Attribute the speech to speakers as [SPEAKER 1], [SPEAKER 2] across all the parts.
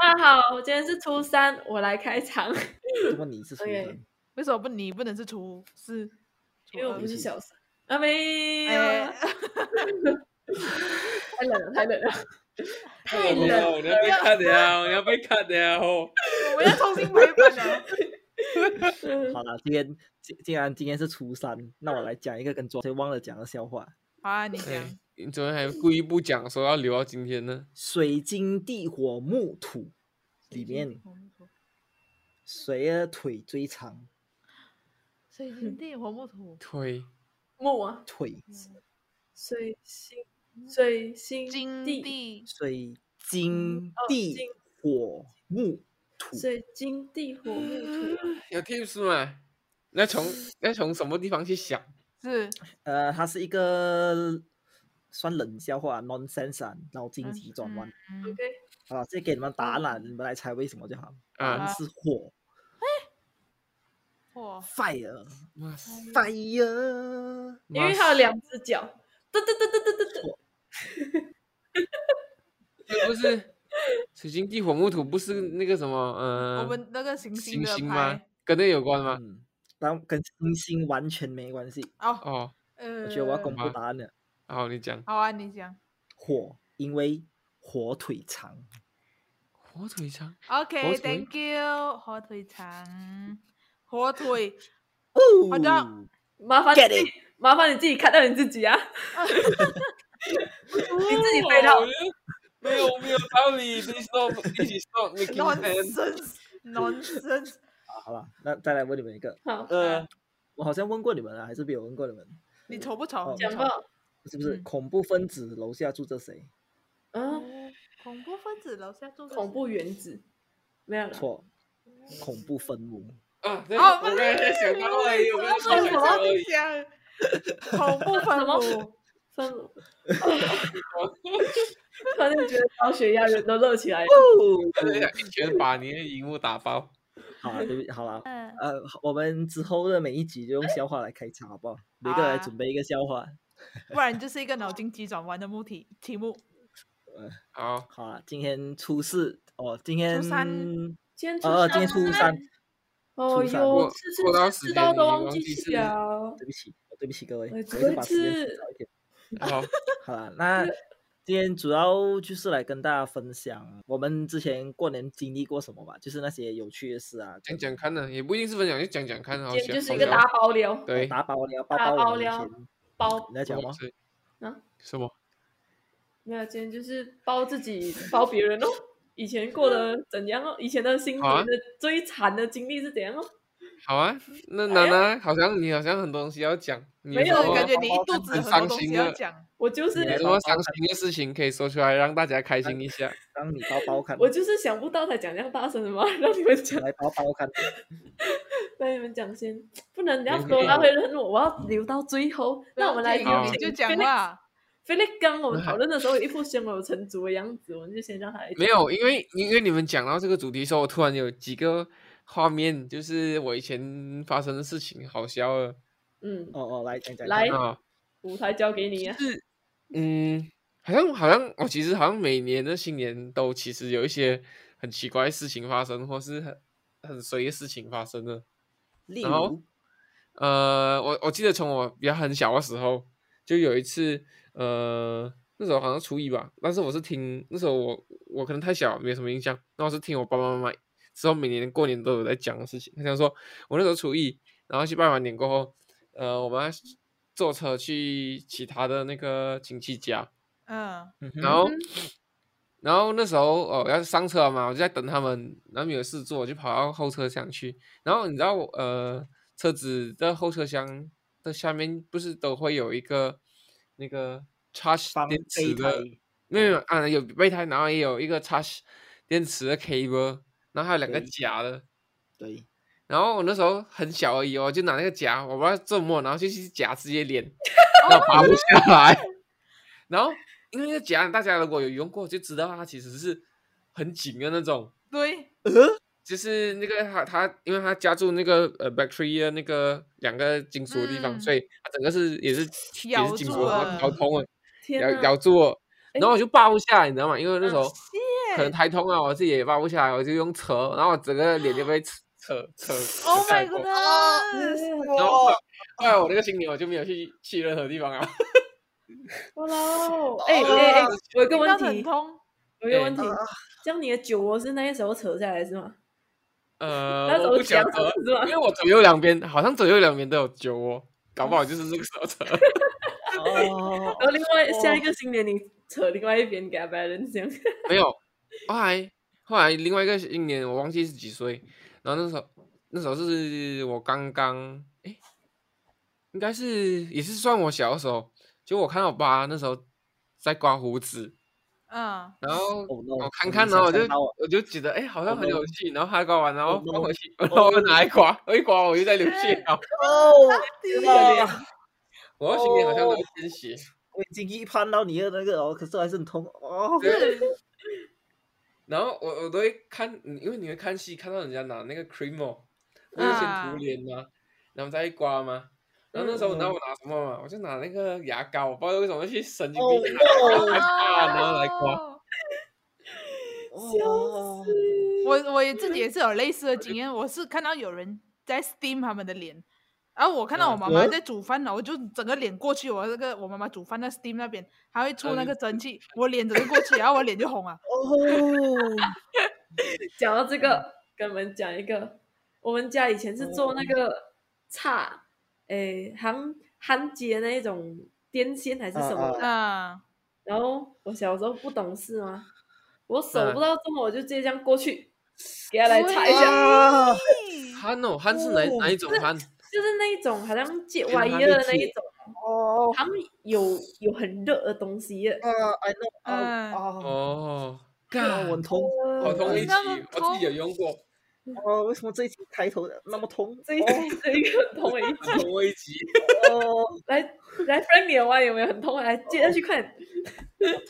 [SPEAKER 1] 家好，我今天是初三，我来开 场，
[SPEAKER 2] 怎么你是初
[SPEAKER 1] 对
[SPEAKER 2] 三？
[SPEAKER 3] 为什么不你不能是初四？
[SPEAKER 1] 因为我
[SPEAKER 3] 初
[SPEAKER 1] 不
[SPEAKER 3] 二
[SPEAKER 1] 是小三。啊没有，
[SPEAKER 3] 呃哎
[SPEAKER 1] 太冷了，太冷了，太
[SPEAKER 4] 你
[SPEAKER 1] 冷了。
[SPEAKER 4] 要哦你要被看掉，你要被看掉。
[SPEAKER 3] 我们要重新啊排版了。
[SPEAKER 1] 嗯
[SPEAKER 2] 好了，今天既既然今天是初三，那我来讲一个跟昨天忘了讲的笑话。
[SPEAKER 3] 好啊，你
[SPEAKER 4] 哎
[SPEAKER 3] 讲。
[SPEAKER 4] 你昨天还故意不讲，说要留到今天呢？
[SPEAKER 2] 水晶地火木土里面谁的腿最长？
[SPEAKER 3] 水晶地火木土，
[SPEAKER 4] 推
[SPEAKER 1] 木啊，
[SPEAKER 2] 腿
[SPEAKER 1] 水星，水星
[SPEAKER 3] 嗯金
[SPEAKER 1] 地，
[SPEAKER 3] 地
[SPEAKER 2] 水晶
[SPEAKER 1] 嗯哦
[SPEAKER 2] 地
[SPEAKER 1] 金
[SPEAKER 2] 火木土
[SPEAKER 1] 水晶地火木土啊。
[SPEAKER 4] 有 tips 吗？那从那从什么地方去想？
[SPEAKER 3] 是
[SPEAKER 2] 呃，它是一个算冷笑话，nonsense 啊，脑筋急转弯。
[SPEAKER 3] 嗯
[SPEAKER 1] OK，
[SPEAKER 2] 好了，这给你们答案了，
[SPEAKER 1] 嗯
[SPEAKER 2] 你们来猜为什么就好。答
[SPEAKER 4] 啊
[SPEAKER 2] 案是火
[SPEAKER 3] 哇，
[SPEAKER 2] ，fire
[SPEAKER 4] 哇塞！
[SPEAKER 2] fire。
[SPEAKER 1] 因为它有两只脚，噔噔噔噔噔噔噔。
[SPEAKER 4] 这不是水晶地火木土，不是那个什么呃，
[SPEAKER 3] 我们那个行
[SPEAKER 4] 星
[SPEAKER 3] 的
[SPEAKER 4] 星吗
[SPEAKER 3] 牌？
[SPEAKER 4] 跟那个有关吗？
[SPEAKER 2] 嗯，然后跟星星完全没关系。
[SPEAKER 3] 哦，
[SPEAKER 4] 哦，
[SPEAKER 3] 呃，
[SPEAKER 2] 我觉得我要公
[SPEAKER 4] 好
[SPEAKER 2] 布
[SPEAKER 4] 吧
[SPEAKER 2] 答案了，
[SPEAKER 4] 好，你讲。
[SPEAKER 3] 好啊，你讲。
[SPEAKER 2] 火，因为火腿肠。
[SPEAKER 4] 火腿肠，火腿
[SPEAKER 3] OK，Thank you。火腿肠，火腿，
[SPEAKER 2] 哦，
[SPEAKER 3] 好的
[SPEAKER 1] 麻烦你
[SPEAKER 2] Get
[SPEAKER 1] 自己，麻烦你自己看到你自己啊！
[SPEAKER 3] 哦
[SPEAKER 1] 你自己飞到
[SPEAKER 4] 哦。没有没有道理，this not this is not making sense。
[SPEAKER 3] nonsense，nonsense。
[SPEAKER 2] 好了，那再来问你们一个，
[SPEAKER 1] 好，
[SPEAKER 4] 呃，
[SPEAKER 2] 我好像问过你们了，还是没有问过你们？
[SPEAKER 3] 你丑不丑？
[SPEAKER 2] 哦
[SPEAKER 3] 你
[SPEAKER 1] 讲
[SPEAKER 3] 丑
[SPEAKER 1] 吧。
[SPEAKER 2] 是不是
[SPEAKER 3] 嗯
[SPEAKER 2] 恐怖分子楼下住着谁？
[SPEAKER 1] 啊，
[SPEAKER 3] 哦恐怖分子楼下住的
[SPEAKER 1] 恐
[SPEAKER 3] 是
[SPEAKER 1] 怖原子没有了。
[SPEAKER 2] 错，恐怖分母。
[SPEAKER 4] 啊，对，
[SPEAKER 3] 哦
[SPEAKER 4] 我刚才想到而已，我刚才
[SPEAKER 3] 什么
[SPEAKER 4] 想到而已。
[SPEAKER 3] 讲恐怖分
[SPEAKER 1] 什么
[SPEAKER 3] 母，
[SPEAKER 1] 分母？突然觉得高血压人都热起来了。
[SPEAKER 4] 真的想一拳把你的荧幕打爆。
[SPEAKER 2] 好啊了，对不起，好了，
[SPEAKER 3] 嗯，
[SPEAKER 2] 呃，我们之后的每一集就用笑话来开场，好不好？每个人来
[SPEAKER 3] 好啊
[SPEAKER 2] 准备一个笑话。
[SPEAKER 3] 不然就是一个脑筋急转弯的目题题目。
[SPEAKER 4] 好，
[SPEAKER 2] 好了，今天初四哦，今天
[SPEAKER 3] 三
[SPEAKER 1] 今天初
[SPEAKER 2] 呃，今天初
[SPEAKER 1] 了
[SPEAKER 2] 三，
[SPEAKER 1] 哦
[SPEAKER 2] 初三
[SPEAKER 1] 哟，
[SPEAKER 4] 过
[SPEAKER 1] 吃吃
[SPEAKER 4] 过到
[SPEAKER 1] 吃
[SPEAKER 4] 时
[SPEAKER 1] 吃
[SPEAKER 4] 间
[SPEAKER 1] 到
[SPEAKER 4] 你
[SPEAKER 1] 都
[SPEAKER 4] 忘
[SPEAKER 1] 忘
[SPEAKER 4] 记
[SPEAKER 1] 记
[SPEAKER 4] 是
[SPEAKER 1] 了。
[SPEAKER 2] 对不起，对不起各位，
[SPEAKER 1] 哎
[SPEAKER 2] 我
[SPEAKER 1] 怎
[SPEAKER 2] 会
[SPEAKER 1] 么
[SPEAKER 2] 把时间
[SPEAKER 1] 是
[SPEAKER 2] 提早一点。
[SPEAKER 4] 好，
[SPEAKER 2] 好 了，那今天主要就是来跟大家分享我们之前过年经历过什么吧，就是那些有趣的事啊，
[SPEAKER 4] 讲讲看呢，也不一定是分享，就讲讲看，好
[SPEAKER 1] 今
[SPEAKER 4] 想
[SPEAKER 1] 天就是一个
[SPEAKER 4] 好想
[SPEAKER 1] 大包聊，
[SPEAKER 4] 对
[SPEAKER 2] 打包聊，包
[SPEAKER 1] 打
[SPEAKER 2] 包
[SPEAKER 1] 包
[SPEAKER 2] 我们以
[SPEAKER 1] 聊
[SPEAKER 2] 前
[SPEAKER 1] 包
[SPEAKER 2] 你在讲吗？
[SPEAKER 4] 是
[SPEAKER 1] 啊，
[SPEAKER 4] 什么？
[SPEAKER 1] 没有，今天就是包自己包别人哦。以前过得怎样哦？以前的新
[SPEAKER 4] 好啊
[SPEAKER 1] 年的最惨的经历是怎样哦？
[SPEAKER 4] 好啊，那
[SPEAKER 1] 哎
[SPEAKER 4] 楠
[SPEAKER 1] 呀
[SPEAKER 4] 楠好像你好像很多东西要讲，你
[SPEAKER 1] 没有
[SPEAKER 3] 就
[SPEAKER 4] 什
[SPEAKER 3] 是
[SPEAKER 4] 么
[SPEAKER 3] 感觉你一肚
[SPEAKER 4] 很
[SPEAKER 3] 子很多
[SPEAKER 4] 伤
[SPEAKER 3] 东西
[SPEAKER 4] 心
[SPEAKER 3] 要
[SPEAKER 4] 的
[SPEAKER 3] 讲，
[SPEAKER 1] 我就是
[SPEAKER 2] 你
[SPEAKER 4] 有
[SPEAKER 2] 来
[SPEAKER 4] 什么伤心的事情可以说出来，让大家开心一下。
[SPEAKER 2] 让你包包看，
[SPEAKER 1] 我就是想不到才讲这样大声的嘛， 让你们 讲，
[SPEAKER 2] 来包包看，
[SPEAKER 1] 让你们讲先，不能你要
[SPEAKER 4] 没
[SPEAKER 1] 说
[SPEAKER 4] 有
[SPEAKER 1] 他会恨我，我要留到最后。那我们来
[SPEAKER 3] 你
[SPEAKER 1] 有
[SPEAKER 4] 好
[SPEAKER 1] 请
[SPEAKER 3] 你就讲
[SPEAKER 1] Felix
[SPEAKER 3] 啦。
[SPEAKER 1] 菲力刚我们
[SPEAKER 4] 那
[SPEAKER 1] 讨论的时候有一副胸有成竹的样子，我们就先让他来。
[SPEAKER 4] 没，有，因为因为你们讲到这个主题的时候，我突然有几个画面，就是我以前发生的事情，好笑了
[SPEAKER 1] 嗯，
[SPEAKER 2] 哦哦，来讲讲看，
[SPEAKER 1] 来哎
[SPEAKER 4] 啊。
[SPEAKER 1] 舞台交给 你啊。
[SPEAKER 4] 是，嗯，好像好像我其实好像每年的新年都其实有一些很奇怪的事情发生，或是很很随意的事情发生的。
[SPEAKER 2] 例
[SPEAKER 4] 然后
[SPEAKER 2] 如
[SPEAKER 4] 呃，我我记得从我比较很小的时候，就有一次，呃，那时候好像初一吧，但是我是听那时候我我可能太小，没什么印象。那我是听我爸爸妈妈之后每年过年都有在讲的事情。他想说，我那时候初一，然后去拜完年过后，呃，我们要坐车去其他的那个亲戚家，
[SPEAKER 3] 嗯，
[SPEAKER 4] 然后，然后那时候哦要上车了嘛，我就在等他们，然后没有事做，我就跑到后车厢去。然后你知道我呃，车子的后车厢的下面不是都会有一个那个 charge
[SPEAKER 2] 帮
[SPEAKER 4] 电
[SPEAKER 2] 备
[SPEAKER 4] 池
[SPEAKER 2] 胎
[SPEAKER 4] 的，没有没有啊有备胎，然后也有一个 charge 电池的 cable，然后还有两个
[SPEAKER 2] 对
[SPEAKER 4] 假的。
[SPEAKER 2] 对，
[SPEAKER 4] 然后我那时候很小而已哦，就拿那个夹，我不知道怎么，然后就去夹自己的脸，然后
[SPEAKER 3] 哦
[SPEAKER 4] 拔不下来。然后因为那个夹，大家如果有用过就知道它其实是很紧的那种，
[SPEAKER 3] 对，
[SPEAKER 4] 就是那个它它，因为它夹住那个呃 battery 的那个两个金属的地方，
[SPEAKER 3] 嗯
[SPEAKER 4] 所以它整个是也是也
[SPEAKER 3] 咬
[SPEAKER 4] 是金
[SPEAKER 3] 住
[SPEAKER 4] 属的，然
[SPEAKER 3] 了
[SPEAKER 4] 后咬通了，
[SPEAKER 1] 天
[SPEAKER 4] 咬
[SPEAKER 1] 哪！
[SPEAKER 4] 咬住我，
[SPEAKER 1] 哎
[SPEAKER 3] 哦
[SPEAKER 4] 然后我就拔不下来，你知道吗？因为那
[SPEAKER 1] 嗯
[SPEAKER 4] 时候可可能太痛了，我自己也抱不起来，我就用扯，然后我整个脸就被扯扯扯。
[SPEAKER 3] Oh
[SPEAKER 4] 盖
[SPEAKER 3] my
[SPEAKER 4] 过
[SPEAKER 3] goodness！
[SPEAKER 4] 然后
[SPEAKER 5] 哇
[SPEAKER 4] 后啊来我那个新年我就没有去去任何地方啊。
[SPEAKER 1] 哇喽！哎哎
[SPEAKER 4] 啊
[SPEAKER 1] 哎，我有一个
[SPEAKER 3] 听
[SPEAKER 1] 问
[SPEAKER 3] 到很
[SPEAKER 1] 题，
[SPEAKER 3] 痛，啊
[SPEAKER 1] 我有一个
[SPEAKER 4] 哎
[SPEAKER 1] 问题，这样你的酒窝是那些时候扯下来是吗？那
[SPEAKER 4] 呃，
[SPEAKER 1] 时
[SPEAKER 4] 我
[SPEAKER 1] 候
[SPEAKER 4] 不晓
[SPEAKER 1] 讲
[SPEAKER 4] 得，
[SPEAKER 1] 是吗
[SPEAKER 4] 因？为我左右两边好像左右两边都有酒窝，搞不好就是这个时候扯。
[SPEAKER 2] 哦，
[SPEAKER 1] 然后另外下一个新年你扯另外一边给他 balance 这样。
[SPEAKER 4] 没有，后来后来另外一个新年我忘记是几岁，然后那时候那时候是我刚刚哎，应该是也是算我小的时候，就我看到我爸那时候在刮胡子，
[SPEAKER 3] 嗯，
[SPEAKER 4] 然后
[SPEAKER 2] Oh no，
[SPEAKER 4] 我看
[SPEAKER 2] 你
[SPEAKER 4] 哦看，
[SPEAKER 2] 想
[SPEAKER 4] 然后我就
[SPEAKER 2] 象到啊
[SPEAKER 4] 我就觉得哎好像
[SPEAKER 2] Oh
[SPEAKER 4] 很
[SPEAKER 2] no
[SPEAKER 4] 有趣，然后他刮完然后
[SPEAKER 2] Oh no
[SPEAKER 4] 放回去，然后我拿来刮，我一刮我就在流血啊，
[SPEAKER 1] 哦
[SPEAKER 2] 哇
[SPEAKER 4] 我新年好
[SPEAKER 2] 哦
[SPEAKER 4] 像都会鲜血。
[SPEAKER 2] 我已经预判到你的那个哦，可是还是很痛哦。
[SPEAKER 4] 然后我我都会看，嗯因为你会看戏，看到人家拿那个 cream 哦，不是先
[SPEAKER 3] 啊
[SPEAKER 4] 涂脸嘛，然后再刮嘛。然后那时候，
[SPEAKER 2] 嗯
[SPEAKER 4] 你知道我拿什么嘛？我就拿那个牙膏，我不知道为什么去神经
[SPEAKER 2] 哦
[SPEAKER 4] 病拿牙膏来刮，啊然后来刮。
[SPEAKER 3] 哦
[SPEAKER 2] 哦，
[SPEAKER 3] 我我也自己也是有类似的经验，我是看到有人在 steam 他们的脸，然后我看到我
[SPEAKER 4] 嗯
[SPEAKER 3] 妈妈
[SPEAKER 2] 嗯
[SPEAKER 3] 在煮饭哦了，我就整个脸过去，我那个我妈妈煮饭在 steam 那边，她会出
[SPEAKER 4] 嗯
[SPEAKER 1] 哎
[SPEAKER 3] 那个蒸汽，我脸整个过去，然后我脸就红了。
[SPEAKER 2] 哦
[SPEAKER 1] 讲到这个，跟你们讲一个，我们家以前是做那个叉，诶，焊焊接那一种电线还是什么的。
[SPEAKER 3] 嗯，
[SPEAKER 1] 然后我小时候不懂事嘛，我手
[SPEAKER 4] 嗯
[SPEAKER 1] 不知道怎么，我就直接这样过去，给他来擦一下，
[SPEAKER 2] 啊，
[SPEAKER 4] 汗哦，汗是哪一哪一种汗？
[SPEAKER 1] 就是那一种好像接
[SPEAKER 4] 就是
[SPEAKER 1] 歪
[SPEAKER 4] 它
[SPEAKER 1] 热的
[SPEAKER 4] 力
[SPEAKER 1] 那一
[SPEAKER 4] 气
[SPEAKER 1] 种，
[SPEAKER 2] 哦，
[SPEAKER 1] 他们有有很热的东西的，
[SPEAKER 2] 呃，I know，
[SPEAKER 1] 哎
[SPEAKER 3] 嗯
[SPEAKER 2] 哦，
[SPEAKER 4] 哦，
[SPEAKER 2] 哦，
[SPEAKER 4] 干
[SPEAKER 2] 我，很痛，
[SPEAKER 4] 好痛
[SPEAKER 3] 你
[SPEAKER 4] 一起，
[SPEAKER 3] 那么
[SPEAKER 4] 我自己有 用过，
[SPEAKER 2] 哦，为什么这一期开头的那么哦痛？
[SPEAKER 1] 这一 集这一个很痛的一集，
[SPEAKER 4] 很痛我一起。
[SPEAKER 2] 哦，
[SPEAKER 1] 来来 friend 你的歪有没有很痛？啊来接着去看，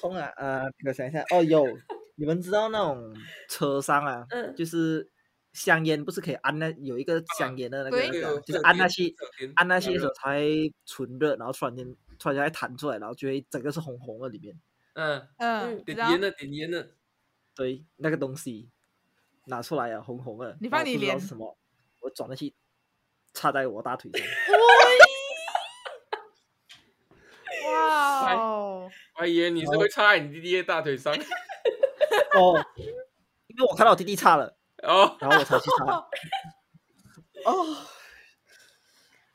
[SPEAKER 2] 痛啊，呃，给我想一下，哦，有，你们知道那种车上啊，
[SPEAKER 1] 嗯，
[SPEAKER 2] 就是香烟不是可以按那有一个香烟的那个
[SPEAKER 3] 对
[SPEAKER 2] 那
[SPEAKER 4] 对
[SPEAKER 2] 个
[SPEAKER 4] 我
[SPEAKER 2] 啊，就是按那
[SPEAKER 4] 这
[SPEAKER 2] 去
[SPEAKER 4] 两天
[SPEAKER 2] 按那些
[SPEAKER 4] 这
[SPEAKER 2] 的时
[SPEAKER 4] 两
[SPEAKER 2] 候
[SPEAKER 4] 天
[SPEAKER 2] 它会纯热，然后突然间突然间它弹出来，然后就会整个是红红的里面，
[SPEAKER 4] 嗯，
[SPEAKER 3] 嗯，知
[SPEAKER 4] 点
[SPEAKER 3] 道。
[SPEAKER 4] 烟了，点烟了。
[SPEAKER 2] 对，那个东西拿出来啊，红红的，
[SPEAKER 3] 你
[SPEAKER 2] 然后
[SPEAKER 3] 放你
[SPEAKER 2] 不知道
[SPEAKER 3] 脸
[SPEAKER 2] 是什么？我转过去插在我大腿 上，
[SPEAKER 3] 哇哦，
[SPEAKER 4] 阿姨，哎你是会插在你弟弟的大腿上
[SPEAKER 2] 哦，因为我看到我弟弟插了，
[SPEAKER 4] 哦
[SPEAKER 2] 然后我才去插。哦，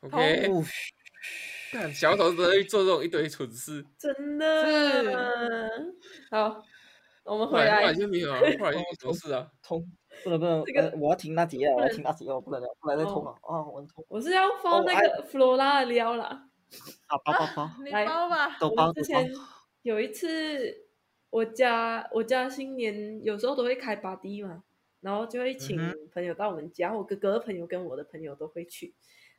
[SPEAKER 4] ？OK，
[SPEAKER 2] 哦
[SPEAKER 4] 看小丑真的会做这种一堆蠢事，
[SPEAKER 1] 真的好，我们
[SPEAKER 4] 后
[SPEAKER 1] 回
[SPEAKER 4] 来后
[SPEAKER 1] 来
[SPEAKER 4] 来，就没有啊，后来就没什么事啊。
[SPEAKER 2] 痛，不能不能，
[SPEAKER 1] 这个
[SPEAKER 2] 呃我要停那几页，我要
[SPEAKER 1] 能
[SPEAKER 2] 停那几页，我不能了，不能再痛了，哦，我很痛
[SPEAKER 1] 我是要
[SPEAKER 2] 哦
[SPEAKER 1] 放
[SPEAKER 2] 哎
[SPEAKER 1] 那个 Flora 的料啦。
[SPEAKER 2] 啊，包包包，
[SPEAKER 3] 你
[SPEAKER 1] 来
[SPEAKER 3] 包吧，
[SPEAKER 2] 都
[SPEAKER 1] 我
[SPEAKER 2] 包
[SPEAKER 1] 们
[SPEAKER 2] 都
[SPEAKER 1] 之
[SPEAKER 2] 包
[SPEAKER 1] 前，有一次，我家我家新年有时候都会开 party 嘛，然后就会请
[SPEAKER 2] 嗯
[SPEAKER 1] 朋友到我们家，我哥哥的朋友跟我的朋友都会去。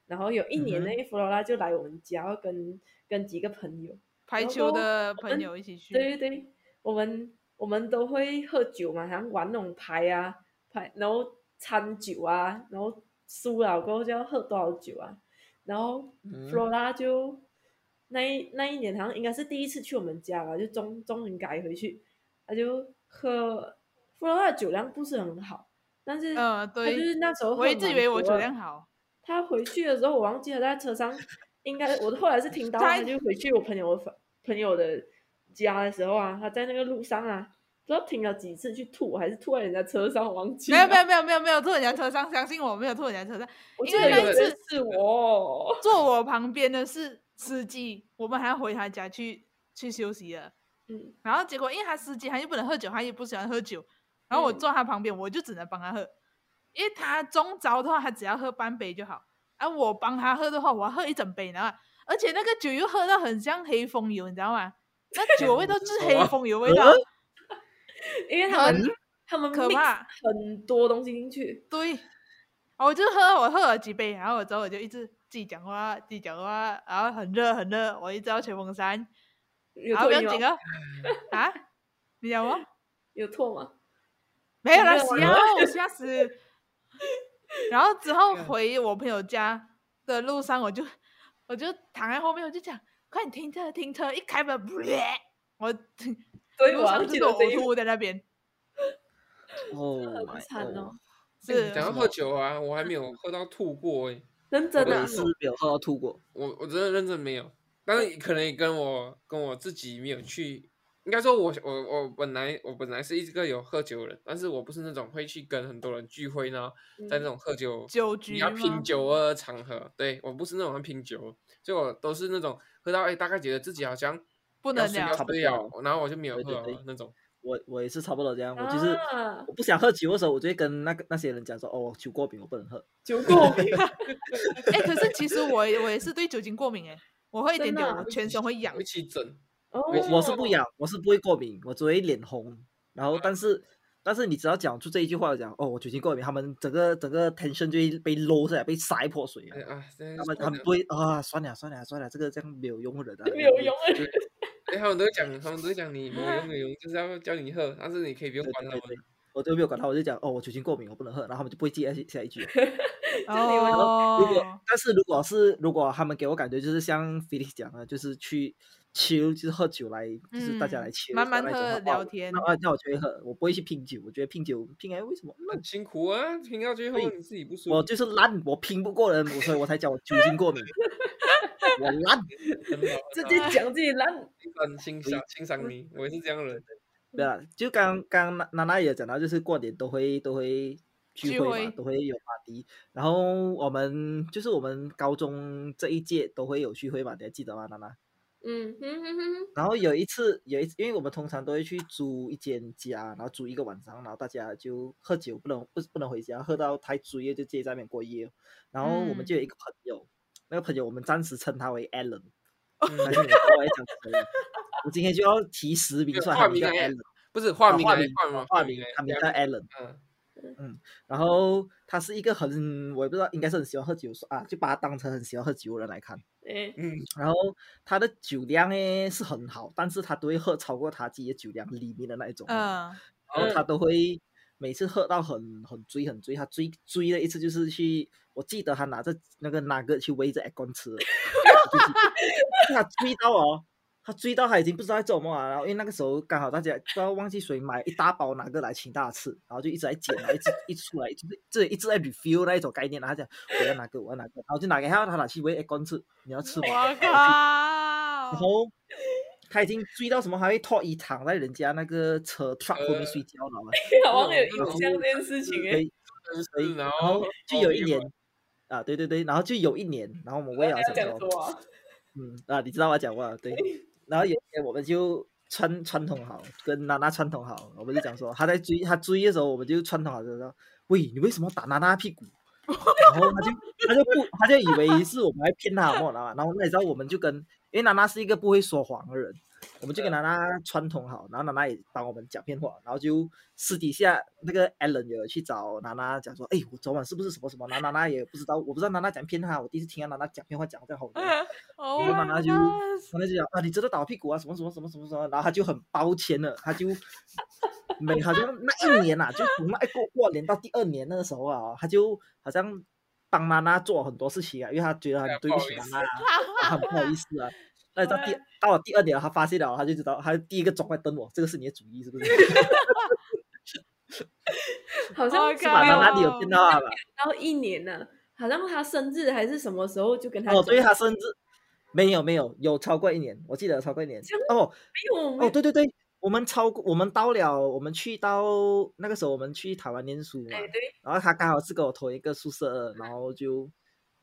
[SPEAKER 1] 然后有一年
[SPEAKER 2] 嗯
[SPEAKER 1] 呢，弗罗拉就来我们家，跟跟几个朋友，
[SPEAKER 3] 排
[SPEAKER 1] 然
[SPEAKER 3] 球
[SPEAKER 1] 后
[SPEAKER 3] 的
[SPEAKER 1] 我们
[SPEAKER 3] 朋友一起去。
[SPEAKER 1] 对对对，我们我们都会喝酒嘛，好像玩那种牌啊，牌，然后掺酒啊，然后输了过后就要喝多少酒啊，然后
[SPEAKER 4] 嗯
[SPEAKER 1] Flora 就、那一那一年好像应该是第一次去我们家吧，就中中文改回去，他就喝 Flora 的酒量不是很好，但是
[SPEAKER 3] 嗯、
[SPEAKER 1] 他
[SPEAKER 3] 对，
[SPEAKER 1] 就是那时候
[SPEAKER 3] 我一
[SPEAKER 1] 喝
[SPEAKER 3] 直以
[SPEAKER 1] 蛮
[SPEAKER 3] 为我
[SPEAKER 1] 多
[SPEAKER 3] 酒
[SPEAKER 1] 的
[SPEAKER 3] 量好，
[SPEAKER 1] 他回去的时候，我忘记了他在车上，应该我后来是听到
[SPEAKER 3] 他
[SPEAKER 1] 他就回去我朋友的房朋友的家的时候啊，他在那个路上啊，不知道停了几次去吐，还是吐在人家车上，我忘记
[SPEAKER 3] 没有没
[SPEAKER 1] 了
[SPEAKER 3] 有没有没有没有吐人家车上，相信我没有吐人家车上。
[SPEAKER 1] 我记
[SPEAKER 3] 因
[SPEAKER 1] 得
[SPEAKER 3] 为
[SPEAKER 1] 有
[SPEAKER 4] 那
[SPEAKER 1] 一
[SPEAKER 4] 次
[SPEAKER 1] 次是 我，
[SPEAKER 3] 坐我旁边的是司机，我们还要回他家去去休息了。
[SPEAKER 1] 嗯，
[SPEAKER 3] 然后结果因为他司机他又不能喝酒，他也不喜欢喝酒，然后我
[SPEAKER 1] 嗯
[SPEAKER 3] 坐他旁边，我就只能帮他喝，因为他中招的话，他只要喝半杯就好，啊，我帮他喝的话，我要喝一整杯，然后而且那个酒又喝到很像黑风油，你知道吗？那酒味道就是黑风油味道，
[SPEAKER 1] 因为他们、他们
[SPEAKER 3] 可
[SPEAKER 1] mix
[SPEAKER 3] 怕
[SPEAKER 1] 很多东西进去，
[SPEAKER 3] 对，啊我就喝我喝了几杯，然后我之后我就一直自己讲话，自己讲话，然后很热很热，我一直要吹风扇，
[SPEAKER 1] 有
[SPEAKER 3] 然
[SPEAKER 1] 唾
[SPEAKER 3] 后不要
[SPEAKER 1] 液
[SPEAKER 3] 紧
[SPEAKER 1] 吗？
[SPEAKER 3] 啊， 啊，你讲我。
[SPEAKER 1] 有唾吗？
[SPEAKER 3] 没有啦，
[SPEAKER 1] 没有
[SPEAKER 3] 死
[SPEAKER 1] 啊
[SPEAKER 3] 啊！我吓死。 然后之后回我朋友家的路上，我就我就躺在后面，我就讲：“快点停车，停车！”一开门，我
[SPEAKER 1] 所以
[SPEAKER 3] 路
[SPEAKER 1] 我
[SPEAKER 3] 上
[SPEAKER 1] 忘
[SPEAKER 3] 就
[SPEAKER 1] 记
[SPEAKER 3] 是
[SPEAKER 1] 得
[SPEAKER 3] 我
[SPEAKER 1] 这一
[SPEAKER 3] 呕吐在那边，
[SPEAKER 2] 哦，
[SPEAKER 1] 很惨哦，
[SPEAKER 3] 是
[SPEAKER 4] 讲到喝酒啊，我还没有喝到吐过哎、
[SPEAKER 1] 认真
[SPEAKER 2] 真
[SPEAKER 1] 的
[SPEAKER 2] 的是没有喝到吐过。
[SPEAKER 4] 我我真的认真没有，但是可能也跟我跟我自己没有去，应该说我我我本来我本来是一个有喝酒的人，但是我不是那种会去跟很多人聚会呢，
[SPEAKER 1] 嗯
[SPEAKER 4] 在那种喝酒
[SPEAKER 3] 酒
[SPEAKER 4] 你
[SPEAKER 3] 局
[SPEAKER 4] 要
[SPEAKER 3] 吗
[SPEAKER 4] 拼酒的场合，对我不是那种很拼酒，所以我都是那种喝到哎、大概觉得自己好像
[SPEAKER 3] 不
[SPEAKER 4] 不
[SPEAKER 3] 能
[SPEAKER 4] 要
[SPEAKER 3] 聊
[SPEAKER 2] 差，不
[SPEAKER 4] 睡
[SPEAKER 2] 多
[SPEAKER 4] 了，然后我就没有
[SPEAKER 2] 对对
[SPEAKER 4] 喝
[SPEAKER 2] 对
[SPEAKER 4] 了那种。
[SPEAKER 2] 我我也是差不多这样，我就是
[SPEAKER 1] 啊，
[SPEAKER 2] 我不想喝酒的时候，我就会跟那个那些人讲说，哦，我酒过敏，我不能喝。
[SPEAKER 1] 酒过敏，
[SPEAKER 3] 哎、可是其实我也我也是对酒精过敏哎、我会一点
[SPEAKER 1] 真的
[SPEAKER 3] 点，
[SPEAKER 1] 啊
[SPEAKER 3] 我全身会痒
[SPEAKER 4] 会。起疹，
[SPEAKER 1] 哦
[SPEAKER 2] 我我是不痒，我是不会过敏，我只会脸红。然后，但是但是你只要讲出这一句话，讲哦，我酒精过敏，他们整个整个 tension 就会被搂下来，被洒一泼水啊
[SPEAKER 4] 哎。啊，真的
[SPEAKER 2] 他们
[SPEAKER 4] 是
[SPEAKER 2] 他们不会啊，算了算了算了，这个这样没有用的的、
[SPEAKER 1] 没有用，
[SPEAKER 4] 对哎，他们都会讲，他们都会讲你没有用没有用，就是要叫你喝，但是你可以不用
[SPEAKER 2] 对
[SPEAKER 4] 管
[SPEAKER 2] 对
[SPEAKER 4] 他
[SPEAKER 2] 对
[SPEAKER 4] 们。
[SPEAKER 2] 对，我都没有管他，我就讲哦，我酒精过敏，我不能喝，然后他们就不会记下下一句了。 如果
[SPEAKER 3] 哦，
[SPEAKER 2] 但是如果是如果他们给我感觉就是像 Felix 讲的，就是去 chill，就是喝酒来，就是大家来
[SPEAKER 3] 嗯
[SPEAKER 2] chill，、
[SPEAKER 3] 慢慢
[SPEAKER 2] 那一种
[SPEAKER 3] 喝
[SPEAKER 2] 的话
[SPEAKER 3] 聊
[SPEAKER 2] 我
[SPEAKER 3] 天
[SPEAKER 2] 那那我就会喝，我不会去拼酒，我觉得拼酒拼哎为什么？
[SPEAKER 4] 很辛苦啊，听到最后
[SPEAKER 2] 对
[SPEAKER 4] 你自己不舒
[SPEAKER 2] 我
[SPEAKER 4] 服，
[SPEAKER 2] 就是烂，我拼不过人，我所以我才讲我酒精 过敏，我烂。
[SPEAKER 4] 很好，
[SPEAKER 1] 直
[SPEAKER 4] 很好
[SPEAKER 1] 接讲自己烂，
[SPEAKER 4] 欣赏欣赏欣赏你，我也是这样的人。
[SPEAKER 2] 对啊，就刚刚娜娜娜也讲到，就是过年都会都会聚
[SPEAKER 3] 聚
[SPEAKER 2] 会
[SPEAKER 3] 会
[SPEAKER 2] 嘛，都会有 party。然后我们就是我们高中这一届都会有聚会嘛，你还记得吗，娜娜？
[SPEAKER 1] 嗯哼哼哼，
[SPEAKER 2] 然后有一次，有一次，因为我们通常都会去租一间家，然后租一个晚上，然后大家就喝酒，不能不不能回家，喝到太醉夜就直接在那边过夜。然后我们就有一个朋友，那个朋友我们暂时称他为 Allen，但是
[SPEAKER 4] 嗯
[SPEAKER 2] 你跟我来讲谁？我今天就要提实名
[SPEAKER 4] 没有
[SPEAKER 2] 出来，
[SPEAKER 4] 化
[SPEAKER 2] 他名
[SPEAKER 4] 名
[SPEAKER 2] 叫
[SPEAKER 4] 来
[SPEAKER 2] Allen，
[SPEAKER 4] 不是
[SPEAKER 2] 啊
[SPEAKER 4] 化名
[SPEAKER 2] 化
[SPEAKER 4] 来
[SPEAKER 2] 名
[SPEAKER 4] 化名
[SPEAKER 2] 化
[SPEAKER 4] 名来，哎啊
[SPEAKER 2] 他名
[SPEAKER 4] 不
[SPEAKER 2] 叫
[SPEAKER 4] 要
[SPEAKER 2] Allen。
[SPEAKER 4] 嗯，
[SPEAKER 2] 然后他是一个很，我也不知道，应该是很喜欢喝酒啊，就把他当成很喜欢喝酒的人来看。
[SPEAKER 1] 哎，
[SPEAKER 4] 嗯，
[SPEAKER 2] 然后他的酒量诶是很好，但是他都会喝超过他自己的酒量里面的那一种。
[SPEAKER 3] 嗯，
[SPEAKER 2] 然后他都会每次喝到很很醉很醉，他醉醉的一次就是去，我记得他拿着那个那个去喂着 a 光吃了我就记得，他醉到哦，他醉到他已经不知道在做什么了，然后因为那个时候刚好大家不知道忘记谁买一大包哪个来请大家吃，然后就一直在捡，然后一直一出来就是这一直在 refill 那一种概念，啊然后他讲我要哪个我要哪个，然后就拿给他，他拿去喂 a 光吃，你要吃吗？
[SPEAKER 3] 我
[SPEAKER 2] 然
[SPEAKER 3] 靠，
[SPEAKER 2] 后他已经追到什么，还会脱衣躺在人家那个车 truck 后面睡觉了嘛。
[SPEAKER 1] 好像有印
[SPEAKER 4] 然后
[SPEAKER 1] 象这件事情哎，
[SPEAKER 2] 对
[SPEAKER 4] 真
[SPEAKER 2] 所以
[SPEAKER 4] 是
[SPEAKER 2] 然
[SPEAKER 4] 然
[SPEAKER 2] 后
[SPEAKER 4] 后
[SPEAKER 2] 就有一年啊，对对对，然后就有一年，然后我们为了
[SPEAKER 1] 要
[SPEAKER 2] 想
[SPEAKER 1] 讲什
[SPEAKER 2] 说，
[SPEAKER 1] 么啊？
[SPEAKER 2] 嗯啊，你知道我讲过了，对，然后有一天我们就穿传统好，跟娜娜传统好，我们就讲说他在追他追的时候，我们就传统好就说，喂，你为什么打娜娜屁股？然后他就他就不他就以为是我们来骗他嘛，然后然后那你知道我们就跟，因为娜娜是一个不会说谎的人，我们就跟娜娜串通好，然后娜娜也帮我们讲骗话，然后就私底下那个 Allen 有去找娜娜讲说，哎，我昨晚是不是什么什么？然后娜娜也不知道，我不知道娜娜讲骗他，我第一次听到娜娜讲骗话讲这样好。
[SPEAKER 3] 哦，
[SPEAKER 2] 然后妈妈就然后就讲啊，你真的打我屁股啊，什么什么什么什么什么，然后他就很抱歉了，他就每好像那一年啊，就从那一过过年到第二年那个时候啊，他就好像帮娜娜做很多事情啊，因为他觉得很对不起娜娜啊，啊很不好意思啊。那你到第到了第二年，他发现了，他就知道，他就第一个转过来瞪我，这个是你的主意是不是？
[SPEAKER 1] 好像
[SPEAKER 3] 是
[SPEAKER 2] 是吧？
[SPEAKER 3] 哎
[SPEAKER 2] 娜
[SPEAKER 3] 呦
[SPEAKER 2] 娜你有见到他吧？
[SPEAKER 1] 到一年呢，好像他生日还是什么时候就跟他
[SPEAKER 2] 哦，
[SPEAKER 1] 讲
[SPEAKER 2] 对，他甚至没有没有有超过一年，我记得有超过一年
[SPEAKER 1] 这样。
[SPEAKER 2] 哦，
[SPEAKER 1] 没有，没
[SPEAKER 2] 哦，
[SPEAKER 1] 有
[SPEAKER 2] 对对对，我们超过，我们到了，我们去到那个时候，我们去台湾念书嘛
[SPEAKER 1] 哎，，对，
[SPEAKER 2] 然后他刚好是跟我同一个宿舍，然后就，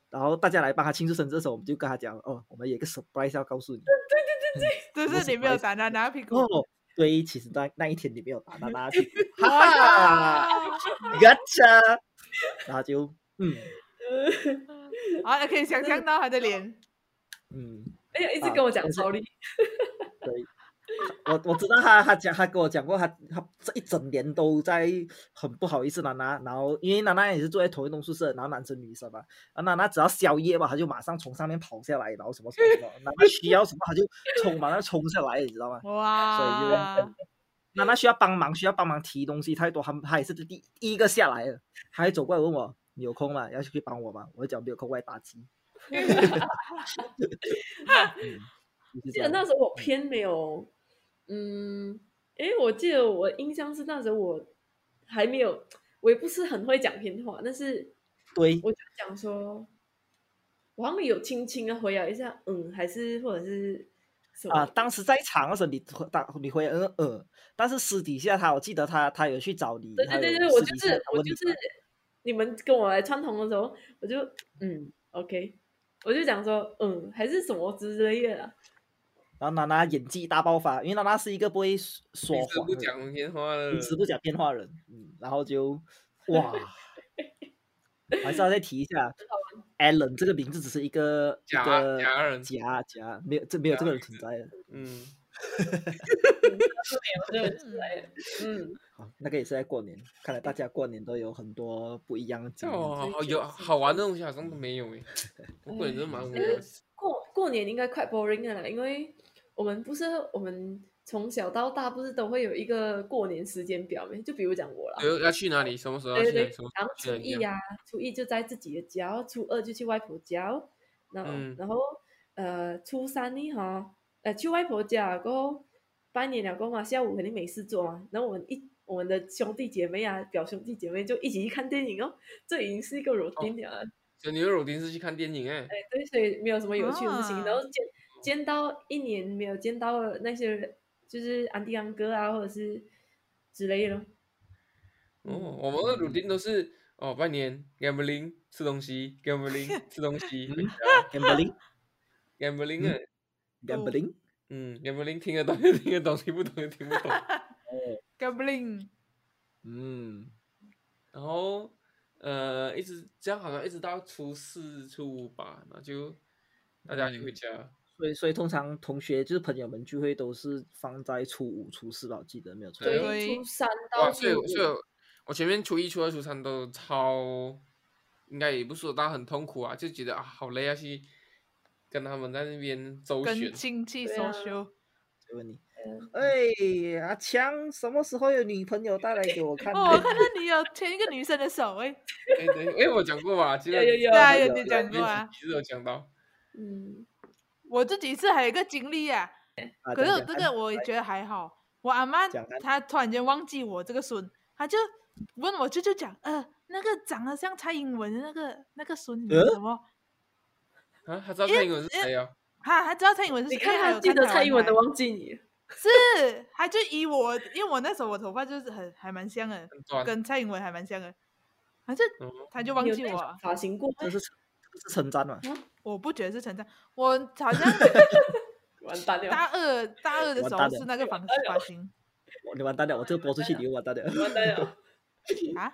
[SPEAKER 2] 然后大家来帮他庆祝生日的时候，我们就跟他讲，哦，我们有一个 surprise 要告诉你。
[SPEAKER 3] 就是你没有打拿拿屁 股，
[SPEAKER 2] 哦，对，其实那那一天你没有打到他去，
[SPEAKER 3] 我
[SPEAKER 2] 哈哈，gotcha，然后 就，嗯
[SPEAKER 3] 靠好，可以想象到他的脸，
[SPEAKER 2] 嗯，
[SPEAKER 1] 而哎且一直
[SPEAKER 2] 啊
[SPEAKER 1] 跟我讲
[SPEAKER 2] 但是
[SPEAKER 1] 超厉
[SPEAKER 2] 我我知道他，他讲他跟我讲过他，他这一整年都在很不好意思娜娜，然后因为娜娜也是住在同一栋宿舍，然后男生女生嘛，然后娜娜只要宵夜嘛，他就马上从上面跑下来，然后什么什么什么，娜娜需要什么他就冲，马上冲下来，你知道吗？
[SPEAKER 3] 哇，
[SPEAKER 2] 娜娜需要帮忙，需要帮忙提东西太多，他他也是第第一个下来的，他还走过来问我你有空吗？要去帮我吗？我就讲没有空，外打机。 嗯就是这
[SPEAKER 1] 记得
[SPEAKER 2] 样
[SPEAKER 1] 那时候我嗯哎偏没有，嗯，因为我记得我印象是那时候我还没有，我也不是很会讲偏话，但
[SPEAKER 2] 嗯
[SPEAKER 1] 是
[SPEAKER 2] 对，
[SPEAKER 1] 我就讲说，我好像有轻轻的回了一下，嗯，还是或者是什么
[SPEAKER 2] 啊，当时在场的时候你回当你回嗯呃，但是私底下他，我记得他他有去找你，
[SPEAKER 1] 对
[SPEAKER 2] 他
[SPEAKER 1] 对对
[SPEAKER 2] 有
[SPEAKER 1] 对，我
[SPEAKER 2] 私
[SPEAKER 1] 就
[SPEAKER 2] 底
[SPEAKER 1] 是
[SPEAKER 2] 下
[SPEAKER 1] 我
[SPEAKER 2] 问
[SPEAKER 1] 就
[SPEAKER 2] 你
[SPEAKER 1] 是你们跟我来串通的时候，我就嗯 OK，我就讲说嗯还是什么之类的啦，
[SPEAKER 2] 然后娜娜演技大爆发，因为娜娜是一个不会说说
[SPEAKER 4] 平时
[SPEAKER 2] 谎
[SPEAKER 4] 不
[SPEAKER 2] 的人，
[SPEAKER 4] 讲电话了
[SPEAKER 2] 平，时不讲电话的人，嗯，然 后就哇，还是要再提一 下，Allen 这个名字只是一个一
[SPEAKER 4] 假
[SPEAKER 2] 个
[SPEAKER 4] 假人
[SPEAKER 2] 假假，没有这没有这
[SPEAKER 4] 假
[SPEAKER 2] 个
[SPEAKER 4] 名
[SPEAKER 2] 人存在的，
[SPEAKER 4] 嗯，
[SPEAKER 1] 没有这个之类的，嗯，
[SPEAKER 2] 好，那个也是在过年，看来大家过年都有很多不一样的
[SPEAKER 4] 这
[SPEAKER 2] 经历。
[SPEAKER 4] 哦，
[SPEAKER 1] 追
[SPEAKER 4] 好
[SPEAKER 1] 求
[SPEAKER 4] 有
[SPEAKER 1] 刺
[SPEAKER 4] 好玩的东西好像都没有诶，我个人真的蛮 无聊的。
[SPEAKER 1] 过过年应该快 boring 了啦，因为我们不是我们从小到大不是都会有一个过年时间表没？就比如讲我啦，
[SPEAKER 4] 有要去哪里？什么时候要
[SPEAKER 1] 对
[SPEAKER 4] 去哪
[SPEAKER 1] 对
[SPEAKER 4] 里？
[SPEAKER 1] 对
[SPEAKER 4] 什么，
[SPEAKER 1] 然后
[SPEAKER 4] 时
[SPEAKER 1] 初
[SPEAKER 4] 候去
[SPEAKER 1] 一
[SPEAKER 4] 哪里？
[SPEAKER 1] 啊，初一就在自己的家，初二就去外婆家，然后、
[SPEAKER 4] 嗯
[SPEAKER 1] 然后呃初三呢哈，呃去外婆家，然后拜年了过后嘛，下午肯定没事做嘛，然后我们一我们的兄弟姐妹啊，表兄弟姐妹就一起去看电影哦，这已经是一个 routine 了啊。
[SPEAKER 4] 所以你的乳丁是去看电影哎，
[SPEAKER 1] 哎，对，所以没有什么有趣的事情。然
[SPEAKER 3] 啊
[SPEAKER 1] 后见见到一年没有见到的那些人，就是安迪安哥啊，或者是之类的咯。
[SPEAKER 4] 哦，我们的乳丁都是哦，拜年 gambling 吃东西，gambling 吃东西回
[SPEAKER 2] 嗯
[SPEAKER 4] 家
[SPEAKER 2] Gambling
[SPEAKER 4] ，gambling 哎，
[SPEAKER 2] gambling，
[SPEAKER 4] 嗯，gambling 听得懂 就听得懂，听不懂就听不懂。
[SPEAKER 3] Gambling，
[SPEAKER 4] 嗯，然后呃，一直这样好像一直到初四、初五吧，那就大家就回家。
[SPEAKER 2] 所以所以通常同学就是朋友们聚会都是放在初五、初四吧，我记得没有错。
[SPEAKER 4] 对
[SPEAKER 1] 对，初三
[SPEAKER 4] 哇，
[SPEAKER 1] 到初
[SPEAKER 4] 所以
[SPEAKER 1] 五
[SPEAKER 4] 我，所以我我前面初一、初二、初三都超，应该也不说到很痛苦啊，就觉得啊好累啊，去跟他们在那边周旋
[SPEAKER 3] 跟。亲戚
[SPEAKER 1] 对啊
[SPEAKER 3] social，
[SPEAKER 2] 就问你，
[SPEAKER 1] 嗯
[SPEAKER 2] 哎，阿强什么时候有女朋友带来给我看？
[SPEAKER 3] 哦，我看到你有牵一个女生的手， 哎，
[SPEAKER 4] 对对，因为我讲过吧，记得
[SPEAKER 1] 有有
[SPEAKER 4] 你
[SPEAKER 1] 有
[SPEAKER 3] 对啊，
[SPEAKER 2] 有
[SPEAKER 3] 有
[SPEAKER 2] 有
[SPEAKER 3] 你
[SPEAKER 2] 有
[SPEAKER 3] 讲过
[SPEAKER 4] 那
[SPEAKER 3] 啊。
[SPEAKER 4] 几集都有讲到，
[SPEAKER 1] 嗯，
[SPEAKER 3] 我这几次还有一个经历啊，
[SPEAKER 2] 啊
[SPEAKER 3] 可是
[SPEAKER 2] 讲
[SPEAKER 3] 我
[SPEAKER 2] 讲
[SPEAKER 3] 这
[SPEAKER 2] 看
[SPEAKER 3] 个我也觉得还好。我阿妈
[SPEAKER 2] 讲啊看
[SPEAKER 3] 她突然间忘记我这个孙，她就问我舅舅讲，呃，那个长得像蔡英文的那个那个孙，你
[SPEAKER 2] 呃
[SPEAKER 3] 什么？
[SPEAKER 4] 啊，他知道蔡英文是谁啊？
[SPEAKER 3] 哈，她知道蔡英文是
[SPEAKER 1] 你
[SPEAKER 3] 谁？
[SPEAKER 1] 看
[SPEAKER 3] 因为她
[SPEAKER 1] 他
[SPEAKER 3] 有
[SPEAKER 1] 记得
[SPEAKER 3] 台
[SPEAKER 1] 蔡英文
[SPEAKER 3] 台
[SPEAKER 1] 都忘记你了，
[SPEAKER 3] 是，她就以我，因为我那时候我头发就是很还蛮像的，
[SPEAKER 4] 很短，
[SPEAKER 3] 跟蔡英文还蛮像的，反正
[SPEAKER 4] 嗯
[SPEAKER 3] 她就忘
[SPEAKER 1] 你有
[SPEAKER 3] 记
[SPEAKER 1] 那
[SPEAKER 3] 我
[SPEAKER 1] 种
[SPEAKER 3] 啊，
[SPEAKER 1] 发型过吗，
[SPEAKER 2] 哎 这是这是称赞嘛？
[SPEAKER 3] 我不觉得是成长，我 好像
[SPEAKER 1] 完蛋了，
[SPEAKER 3] 大二大二的
[SPEAKER 2] 完
[SPEAKER 3] 时
[SPEAKER 2] 蛋
[SPEAKER 3] 候
[SPEAKER 2] 了
[SPEAKER 3] 是那个发
[SPEAKER 1] 蛋了
[SPEAKER 3] 发型
[SPEAKER 2] 你完蛋了，我这个播出去
[SPEAKER 1] 完蛋
[SPEAKER 2] 你就完蛋
[SPEAKER 1] 完
[SPEAKER 2] 了。
[SPEAKER 1] 蛋了。
[SPEAKER 3] 啊，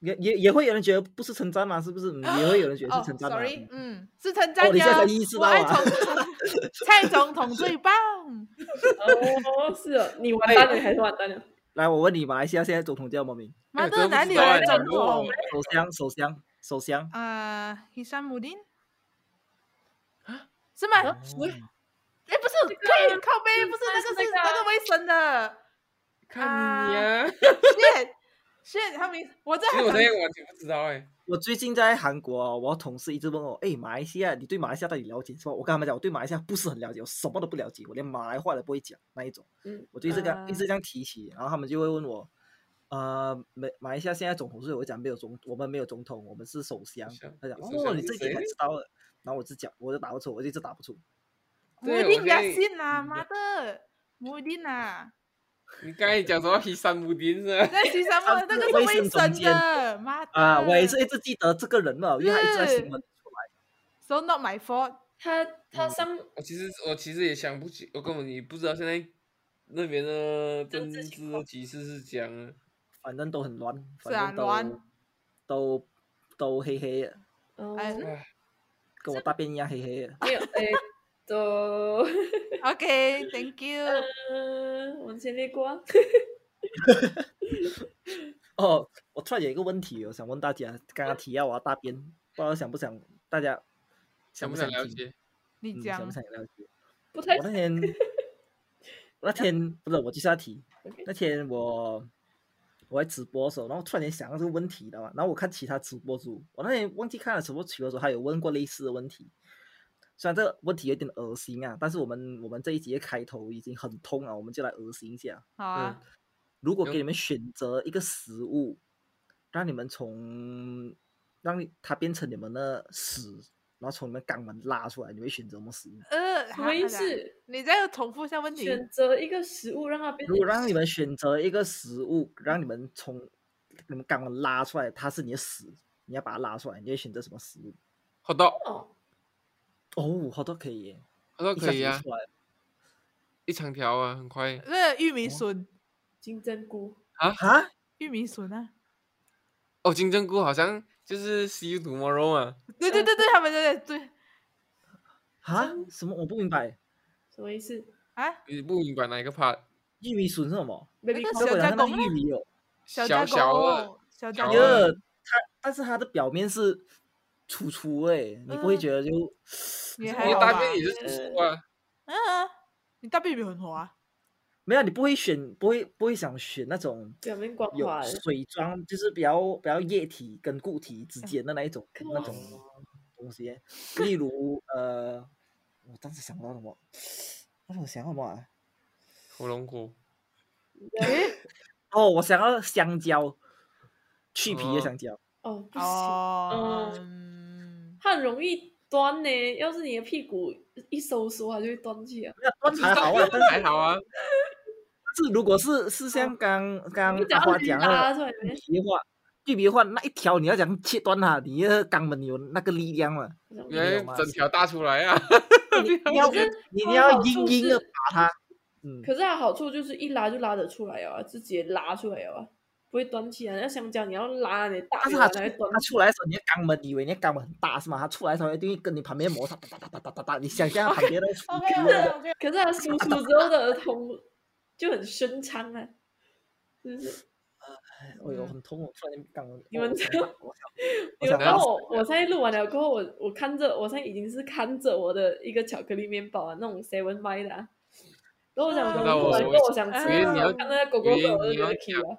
[SPEAKER 2] 也也也会有人觉得不是称赞嘛？是不是？嗯也会有人觉得
[SPEAKER 3] 哦
[SPEAKER 2] 是称赞嘛？
[SPEAKER 3] ，sorry，
[SPEAKER 2] 嗯
[SPEAKER 3] 嗯，是称赞
[SPEAKER 2] 你现在
[SPEAKER 3] 哟
[SPEAKER 2] 才意识
[SPEAKER 3] 我
[SPEAKER 2] 到
[SPEAKER 3] 爱
[SPEAKER 2] 啊
[SPEAKER 3] 总统， 蔡总统最棒。
[SPEAKER 1] 哦，是哦，你完蛋了还是完蛋了？
[SPEAKER 2] 来，我问你，马来西亚现在总统叫什么名？
[SPEAKER 3] 妈
[SPEAKER 4] 哎
[SPEAKER 3] 的，哪里有
[SPEAKER 4] 我
[SPEAKER 3] 哦来
[SPEAKER 4] 真
[SPEAKER 3] 总
[SPEAKER 4] 的不知道哎
[SPEAKER 3] 统？
[SPEAKER 2] 首相，首相，首相。
[SPEAKER 3] 啊，伊山姆丁
[SPEAKER 2] 啊
[SPEAKER 3] 是吗？哎，
[SPEAKER 2] 哦
[SPEAKER 4] 喂
[SPEAKER 3] 不是，
[SPEAKER 1] 啊个
[SPEAKER 3] 靠靠背，不是那
[SPEAKER 1] 是
[SPEAKER 3] 个是
[SPEAKER 1] 那个啊
[SPEAKER 3] 那个卫生的。
[SPEAKER 4] 看你呀、啊！
[SPEAKER 3] 谢 谢他名，我这
[SPEAKER 4] 其
[SPEAKER 3] 还
[SPEAKER 4] 实我
[SPEAKER 3] 想
[SPEAKER 4] 那天完全不知道哎、
[SPEAKER 2] 我最近在韩国哦，我同事一直问我，哎，马来西亚，你对马来西亚到底了解什么？我跟他们讲，我对马来西亚不是很了解，我什么都不了解，我连马来话都不会讲那一种。
[SPEAKER 1] 嗯，
[SPEAKER 2] 我就一直跟、一直
[SPEAKER 1] 啊
[SPEAKER 2] 这样提起，然后他们就会问我，呃，马马来西亚现在总统是我讲没有总，我们没有总统，我们是首相
[SPEAKER 4] 相。
[SPEAKER 2] 他讲
[SPEAKER 4] 首相
[SPEAKER 2] 哦，你
[SPEAKER 4] 是
[SPEAKER 2] 这一点才
[SPEAKER 4] 谁啊
[SPEAKER 2] 知道了。然后我就讲，我就打不出，我就一直打不出。
[SPEAKER 3] 穆
[SPEAKER 4] 对
[SPEAKER 3] 丁
[SPEAKER 4] 我
[SPEAKER 3] 亚
[SPEAKER 4] 现在
[SPEAKER 3] 信啊，妈的，穆丁啊，
[SPEAKER 4] 你刚才讲什么黑山姆丁是吧？
[SPEAKER 3] 那西山姆
[SPEAKER 2] 他是
[SPEAKER 3] 那个是
[SPEAKER 2] 卫
[SPEAKER 3] 卫
[SPEAKER 2] 生总
[SPEAKER 3] 生
[SPEAKER 2] 监
[SPEAKER 3] 的，妈的。
[SPEAKER 2] 啊，我也是一直记得这个人了，因为他一直在新
[SPEAKER 3] 是
[SPEAKER 2] 闻里出来。
[SPEAKER 3] ，so not my fault。
[SPEAKER 1] 他他
[SPEAKER 2] 嗯
[SPEAKER 1] 上
[SPEAKER 4] 我其实我其实也想不起，我根本也不知道现在那边的政
[SPEAKER 1] 政
[SPEAKER 4] 治
[SPEAKER 1] 治情况
[SPEAKER 4] 局势是怎样的。
[SPEAKER 2] 反正都很乱，
[SPEAKER 3] 是
[SPEAKER 2] 反
[SPEAKER 3] 啊
[SPEAKER 2] 正都、
[SPEAKER 3] 乱
[SPEAKER 2] 都都黑黑的，
[SPEAKER 1] 哦
[SPEAKER 3] 哎
[SPEAKER 4] 唉
[SPEAKER 2] 跟我大便一样黑黑的。
[SPEAKER 1] 没有哎，都
[SPEAKER 3] OK，thank you。
[SPEAKER 1] 嗯，我们先略过啊。
[SPEAKER 2] 哦，我突然有一个问题哦，我想问大家，刚刚提到我要大便，不知道想不想大家
[SPEAKER 4] 想
[SPEAKER 2] 不
[SPEAKER 4] 不想了
[SPEAKER 2] 听
[SPEAKER 4] 解？
[SPEAKER 3] 你
[SPEAKER 2] 嗯，
[SPEAKER 3] 讲
[SPEAKER 2] 想不想了解？
[SPEAKER 1] 不太
[SPEAKER 2] 我那天我那天不是我就是要提
[SPEAKER 1] OK
[SPEAKER 2] 那天我。我在直播的时候，然后突然间想到这个问题，你知道吗？然后我看其他直播主，我那天忘记看了直播主的时候，他有问过类似的问题。虽然这个问题有点恶心啊，但是我们我们这一集的开头已经很痛啊，我们就来恶心一下。
[SPEAKER 3] 好啊，
[SPEAKER 2] 如果给
[SPEAKER 4] 有
[SPEAKER 2] 你们选择一个食物，让你们从让你它变成你们的屎，然后从你们肛门拉出来，你会选择什么食物？
[SPEAKER 3] 呃，
[SPEAKER 1] 什
[SPEAKER 3] 好
[SPEAKER 1] 么意？
[SPEAKER 3] 好的
[SPEAKER 1] 思？
[SPEAKER 3] 你再重复一下问题。
[SPEAKER 1] 选择一个食物让它变
[SPEAKER 2] 如
[SPEAKER 1] 成
[SPEAKER 2] 果让你们选择一个食物，让你们从你们肛门拉出来，它是你的屎，你要把它拉出来，你会选择什么食物？
[SPEAKER 4] 好的，
[SPEAKER 1] 哦，
[SPEAKER 2] 哦，好多可以耶，
[SPEAKER 4] 好的
[SPEAKER 2] 一下
[SPEAKER 4] 可
[SPEAKER 2] 子
[SPEAKER 4] 以
[SPEAKER 2] 就
[SPEAKER 4] 啊，
[SPEAKER 2] 出来了
[SPEAKER 4] 一长条啊，很快
[SPEAKER 3] 那玉米笋，
[SPEAKER 1] 金针菇
[SPEAKER 2] 哈，
[SPEAKER 3] 玉米笋啊！
[SPEAKER 4] 哦。金针菇好像就是 see you tomorrow 嘛，
[SPEAKER 3] 对对对对，他们对对对
[SPEAKER 2] 哈，什么？我不明白，
[SPEAKER 1] 什么意思
[SPEAKER 3] 啊！
[SPEAKER 4] 你不明白哪一个 part？
[SPEAKER 2] 玉米笋是什么？
[SPEAKER 1] ？Baby
[SPEAKER 3] 个
[SPEAKER 1] corn
[SPEAKER 2] 我
[SPEAKER 3] 小
[SPEAKER 2] 讲
[SPEAKER 3] 加
[SPEAKER 2] 那个
[SPEAKER 3] 工
[SPEAKER 2] 玉
[SPEAKER 3] 啊
[SPEAKER 2] 米哦，
[SPEAKER 3] 小
[SPEAKER 4] 小
[SPEAKER 3] 加
[SPEAKER 4] 小的
[SPEAKER 3] 工，小加
[SPEAKER 4] 小
[SPEAKER 2] 耶、
[SPEAKER 4] 好
[SPEAKER 3] 工
[SPEAKER 4] 的，
[SPEAKER 2] 它但是它的表面是粗粗诶，你不会
[SPEAKER 3] 嗯
[SPEAKER 2] 觉得就、
[SPEAKER 3] 你还
[SPEAKER 4] 你
[SPEAKER 3] 好
[SPEAKER 4] 大
[SPEAKER 3] 吧？
[SPEAKER 4] 便也是粗粗啊，
[SPEAKER 3] 嗯啊，你大便没有很滑啊？
[SPEAKER 2] 没有，你不会选，不会不会想选那种
[SPEAKER 1] 表面光
[SPEAKER 2] 有
[SPEAKER 1] 滑的，
[SPEAKER 2] 水状，就是比较比较液体跟固体
[SPEAKER 1] 嗯
[SPEAKER 2] 之间的那一种那种东西耶，例如呃，我当时想到什么？当时我想到什么、啊？
[SPEAKER 4] 火龙果。
[SPEAKER 3] 诶，
[SPEAKER 2] 哦，我想要香蕉，去皮的
[SPEAKER 4] 哦
[SPEAKER 2] 香蕉。
[SPEAKER 1] 哦，不行，
[SPEAKER 3] 哦，
[SPEAKER 1] 嗯
[SPEAKER 3] 嗯
[SPEAKER 1] 它很容易端呢。要是你的屁股一收缩，它就会端起来。
[SPEAKER 2] 那端还好啊，但
[SPEAKER 4] 还
[SPEAKER 2] 是
[SPEAKER 4] 好啊，
[SPEAKER 2] 但是如果是是像刚刚
[SPEAKER 1] 你不
[SPEAKER 2] 阿
[SPEAKER 1] 哦讲
[SPEAKER 2] 花
[SPEAKER 1] 要
[SPEAKER 2] 讲
[SPEAKER 1] 拉
[SPEAKER 2] 的
[SPEAKER 1] 出来
[SPEAKER 2] 去
[SPEAKER 1] 咩
[SPEAKER 2] 皮的话，去皮的话那一条你要讲切断它，你的肛门有那个力量嘛？
[SPEAKER 1] 那种
[SPEAKER 4] 因为
[SPEAKER 2] 有吗
[SPEAKER 4] 整条大出来啊，
[SPEAKER 2] 你要
[SPEAKER 1] 哎可是
[SPEAKER 2] 你
[SPEAKER 1] 它
[SPEAKER 2] 你
[SPEAKER 1] 的
[SPEAKER 2] 要
[SPEAKER 1] 好
[SPEAKER 2] 硬
[SPEAKER 1] 处
[SPEAKER 2] 硬的
[SPEAKER 1] 是
[SPEAKER 2] 把它，嗯，
[SPEAKER 1] 可是它好处就是一拉就拉得出来啊，就直接拉出来啊，不会端起来。那香蕉你要拉，你大
[SPEAKER 2] 但是
[SPEAKER 1] 力
[SPEAKER 2] 它
[SPEAKER 1] 拉
[SPEAKER 2] 出
[SPEAKER 1] 才会端
[SPEAKER 2] 它出来的时候，你的肛门以为你的肛门很大是吗？它出来的时候一定会跟你旁边摩擦，哒哒哒哒哒哒哒。你想象它旁边的
[SPEAKER 3] o
[SPEAKER 2] 那
[SPEAKER 3] k
[SPEAKER 2] 个
[SPEAKER 3] OK OK，
[SPEAKER 1] 可是它输出之后的儿童就很深长啊，是不是？
[SPEAKER 2] 哎呦，很痛哦！突然间肛门，
[SPEAKER 1] 你
[SPEAKER 2] 哦
[SPEAKER 1] 们
[SPEAKER 2] 我
[SPEAKER 1] 这
[SPEAKER 2] 想
[SPEAKER 1] 个你们知
[SPEAKER 2] 到我想我想到
[SPEAKER 1] 道我我现在录完了过后，我我看着我现在已经是看着我的一个巧克力面包啊，那种 Seven y 的、啊。然后我想
[SPEAKER 3] 啊
[SPEAKER 1] 说，
[SPEAKER 3] 那
[SPEAKER 1] 录完
[SPEAKER 4] 我
[SPEAKER 1] 过后我想吃
[SPEAKER 3] 我以为
[SPEAKER 1] 啊，
[SPEAKER 3] 你
[SPEAKER 1] 我
[SPEAKER 3] 要
[SPEAKER 1] 看到那狗狗狗，我
[SPEAKER 4] 以为
[SPEAKER 1] 就
[SPEAKER 4] 你
[SPEAKER 1] 觉
[SPEAKER 4] 要
[SPEAKER 1] 得气了。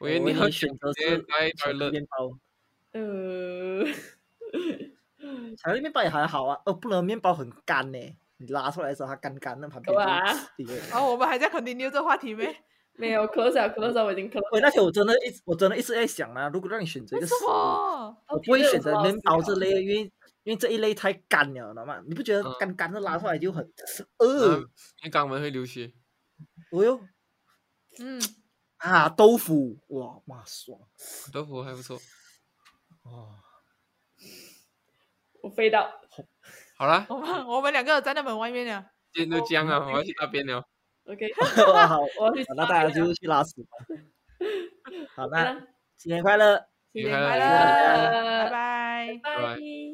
[SPEAKER 4] 我以为
[SPEAKER 2] 我
[SPEAKER 4] 你
[SPEAKER 2] 以
[SPEAKER 4] 要
[SPEAKER 2] 为选择
[SPEAKER 4] 直接
[SPEAKER 2] 是
[SPEAKER 4] 在啊
[SPEAKER 2] 巧克力
[SPEAKER 4] toilet
[SPEAKER 2] 面包，
[SPEAKER 1] 呃，
[SPEAKER 2] 巧克力面包也还好啊。哦，不能面包很干呢，你拉出来的时候它干干的，旁边
[SPEAKER 1] 对啊
[SPEAKER 2] 就对
[SPEAKER 3] 然后哦我们还在 continue 这个话题没？
[SPEAKER 1] 没有 close 啊 close 啊，我已经 close
[SPEAKER 2] 喂，那天我真的一直我真的一直在想啊，如果让你选择一个食物，
[SPEAKER 3] 哦，
[SPEAKER 1] 到
[SPEAKER 2] 我
[SPEAKER 1] 底
[SPEAKER 2] 不会
[SPEAKER 1] 有
[SPEAKER 2] 选
[SPEAKER 1] 什么
[SPEAKER 2] 择
[SPEAKER 1] 好
[SPEAKER 2] 面包这
[SPEAKER 1] 思考
[SPEAKER 2] 类的，因为因为这一类太干了，知道吗？你不觉得
[SPEAKER 4] 嗯
[SPEAKER 2] 干干的拉出来就很
[SPEAKER 4] 嗯
[SPEAKER 2] 呃，
[SPEAKER 4] 你肛门会流血。
[SPEAKER 2] 哦哟
[SPEAKER 3] 嗯，
[SPEAKER 2] 啊，豆腐哇哇爽
[SPEAKER 4] 豆腐还不错。
[SPEAKER 2] 哦，
[SPEAKER 1] 我飞到
[SPEAKER 4] 好啦，
[SPEAKER 3] 我们我们两个站在门外面了。
[SPEAKER 4] 今天就这样
[SPEAKER 2] 哦
[SPEAKER 4] 啊，我要去大便了。
[SPEAKER 1] OK，
[SPEAKER 2] 好，
[SPEAKER 1] 我要去
[SPEAKER 2] 好那大家就去拉屎吧。好，
[SPEAKER 1] 拜
[SPEAKER 2] 那
[SPEAKER 1] 啦，
[SPEAKER 2] 新年快乐！
[SPEAKER 1] 新
[SPEAKER 4] 新年
[SPEAKER 1] 年快
[SPEAKER 4] 快乐
[SPEAKER 1] 乐，
[SPEAKER 3] 拜
[SPEAKER 1] 拜
[SPEAKER 3] 拜。
[SPEAKER 4] 拜
[SPEAKER 1] 拜